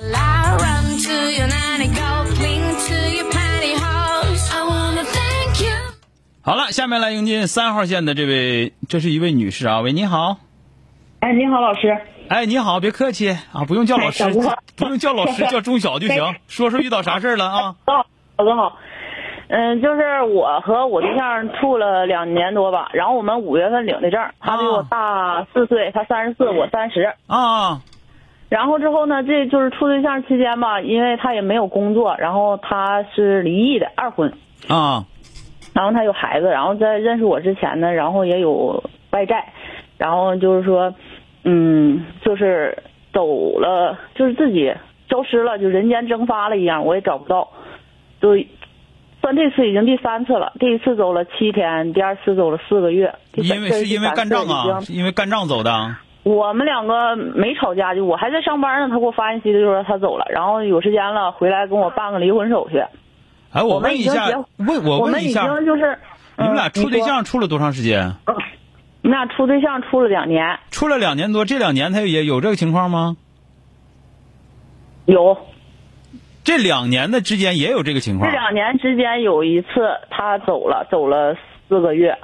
Well, I run to your nanny, go cling to your pantyhose. I wanna thank you. 好了，下面来迎接三号线的这位，这是一位女士啊，喂，你好，哎，你好，老师。哎，你好，别客气啊，不用叫老师哎小郭，不用叫老师，叫钟晓就行 没，说说遇到啥事儿了啊？哦，老公好。嗯，就是我和我对象处了两年多吧，然后我们五月份领的证，他比我大四岁，他三十四，我三十。啊，然后之后呢，这就是处对象期间吧，因为他也没有工作，然后他是离异的二婚，啊，然后他有孩子，然后在认识我之前呢，然后也有外债，然后就是说，嗯，就是走了，就是自己消失了，就人间蒸发了一样，我也找不到，就算这次已经第三次了，第一次走了七天，第二次走了四个月，第三因为是因为干仗啊，。这第三次已是经因为干仗走的啊我们两个没吵架，就我还在上班呢，他给我发信息就说他走了，然后有时间了回来跟我办个离婚手续。哎，我我们问一已经下结，问我们问已一下，经嗯就是你们俩处对，嗯象处了多长时间？你说 我们俩处对象处了两年，处了两年多，这两年他也有这个情况吗？有这两年的之间也有这个情这况两年之间有一次他走了，走了四个月，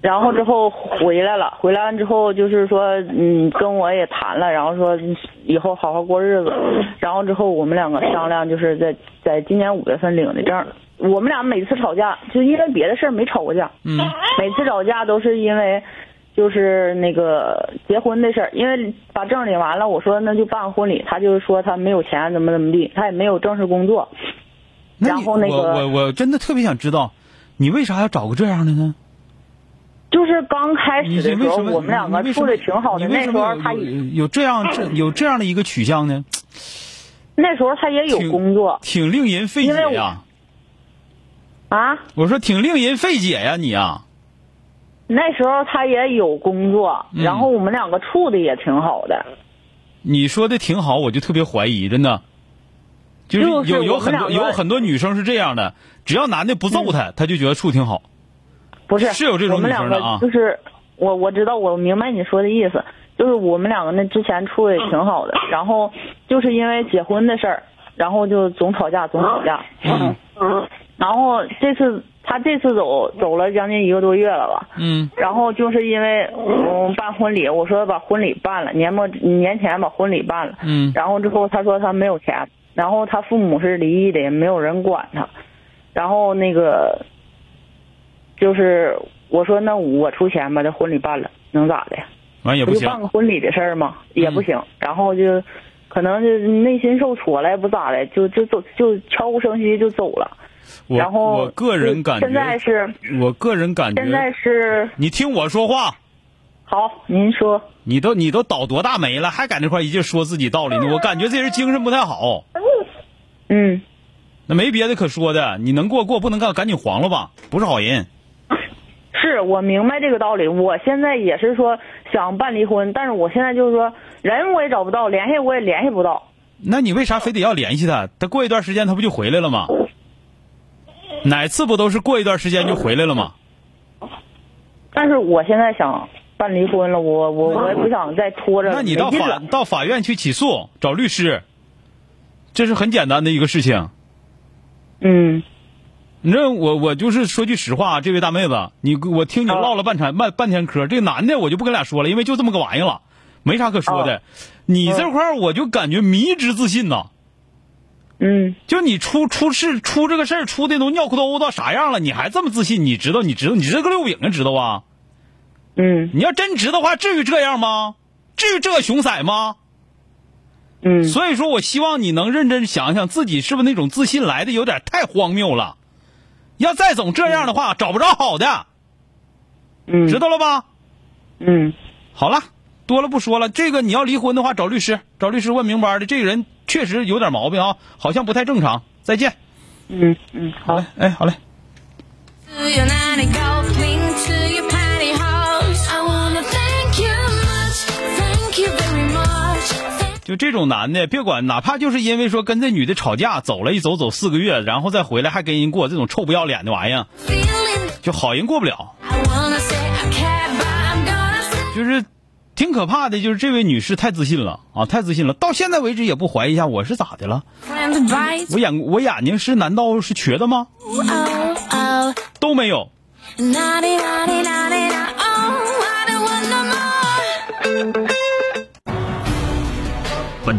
然后之后回来了，回来完之后就是说，嗯，跟我也谈了，然后说以后好好过日子，然后之后我们两个商量，就是在在今年五月份领的证儿。我们俩每次吵架，就因为别的事儿没吵过架，嗯每次吵架都是因为，就是那个结婚的事儿，因为把证领完了，我说那就办婚礼，他就是说他没有钱，怎么怎么地，他也没有正式工作。那然你后那我个我我真的特别想知道，你为啥要找个这样的呢？就是刚开你始的你为时候，什么哎我们两个你为什处么的挺好的。你为那什时么候有他有有这样这有这样的一个取向呢，那时候他也有挺工作挺令人费解因为呀。啊，我说挺令人费解呀，你啊呀，那时候他也有工作，嗯然后我们两个处的也挺好的。你说的挺好，我就特别怀疑，真的。就是有、就是有我们很多两个嗯有很多女生是这样的，只要男的不揍她，她就觉得处挺好。不是，是有这种我们女两生个的啊就是我我知道，我明白你说的意思，就是我们两个那之前处的也挺好的，然后就是因为结婚的事儿，然后就总吵架，总吵架。嗯然后这次他这次走走了将近一个多月了吧，嗯然后就是因为嗯办婚礼，我说把婚礼办了，年末年前把婚礼办了，嗯然后之后他说他没有钱，然后他父母是离异的，也没有人管他，然后那个就是我说那我出钱把这婚礼办了，能咋的呀？完也不不就行嗯办。个婚礼的事儿吗？也不行，然后就可能就内心受挫了，也不咋的，就就走就悄无声息就走了。我然后我个人感现觉，在是我个人感现在觉，是你听我说话，好，您说你都你都倒多大霉了，还搁那块一劲说自己道理呢？我感觉这人精神不太好。嗯。那没别的可说的，你能过过，不能干赶紧黄了吧，不是好人。是我明白这个道理，我现在也是说想办离婚，但是我现在就是说人我也找不到，联系我也联系不到。那你为啥非得要联系他？他过一段时间他不就回来了吗？哪次不都是过一段时间就回来了吗？但是我现在想办离婚了，我我我也不想再拖着，啊那你到没劲法了。到法院去起诉，找律师，这是很简单的一个事情。嗯，你这我我就是说句实话，啊这位大妹子，你我听你啊唠了半天半半天嗑，这个男的我就不跟俩说了，因为就这么个玩意儿了，没啥可说的。你这块儿我就感觉迷之自信呐，嗯，就你出出事出这个事儿出的都尿裤兜到啥样了，你还这么自信？你知道你知道你这个六饼啊，知道啊？嗯你要真值的话，至于这样吗？至于这熊色吗？嗯，所以说我希望你能认真想想自己是不是那种自信来的有点太荒谬了。要再总这样的话，找不着好的，嗯，知道了吧？嗯，好了，多了不说了。这个你要离婚的话，找律师，找律师问明白的。这个人确实有点毛病啊，好像不太正常。再见。嗯嗯，好。哎，好嘞。 To your nanny, go cling to your party house. I wanna thank you much, thank you very much. Thank 就这种男的，别管，哪怕就是因为说跟这女的吵架，走了一走走四个月，然后再回来还跟人过，这种臭不要脸的玩意儿， feeling. 就好人过不了。 I wanna say I care, but I'm gonna say 就是挺可怕的，就是这位女士太自信了啊，太自信了，到现在为止也不怀疑一下我是咋的了， friends advice. 我眼我眼睛是难道是瘸的吗？ Oh oh, 都没有， na di na di na di na. Oh, I don't want no more. 本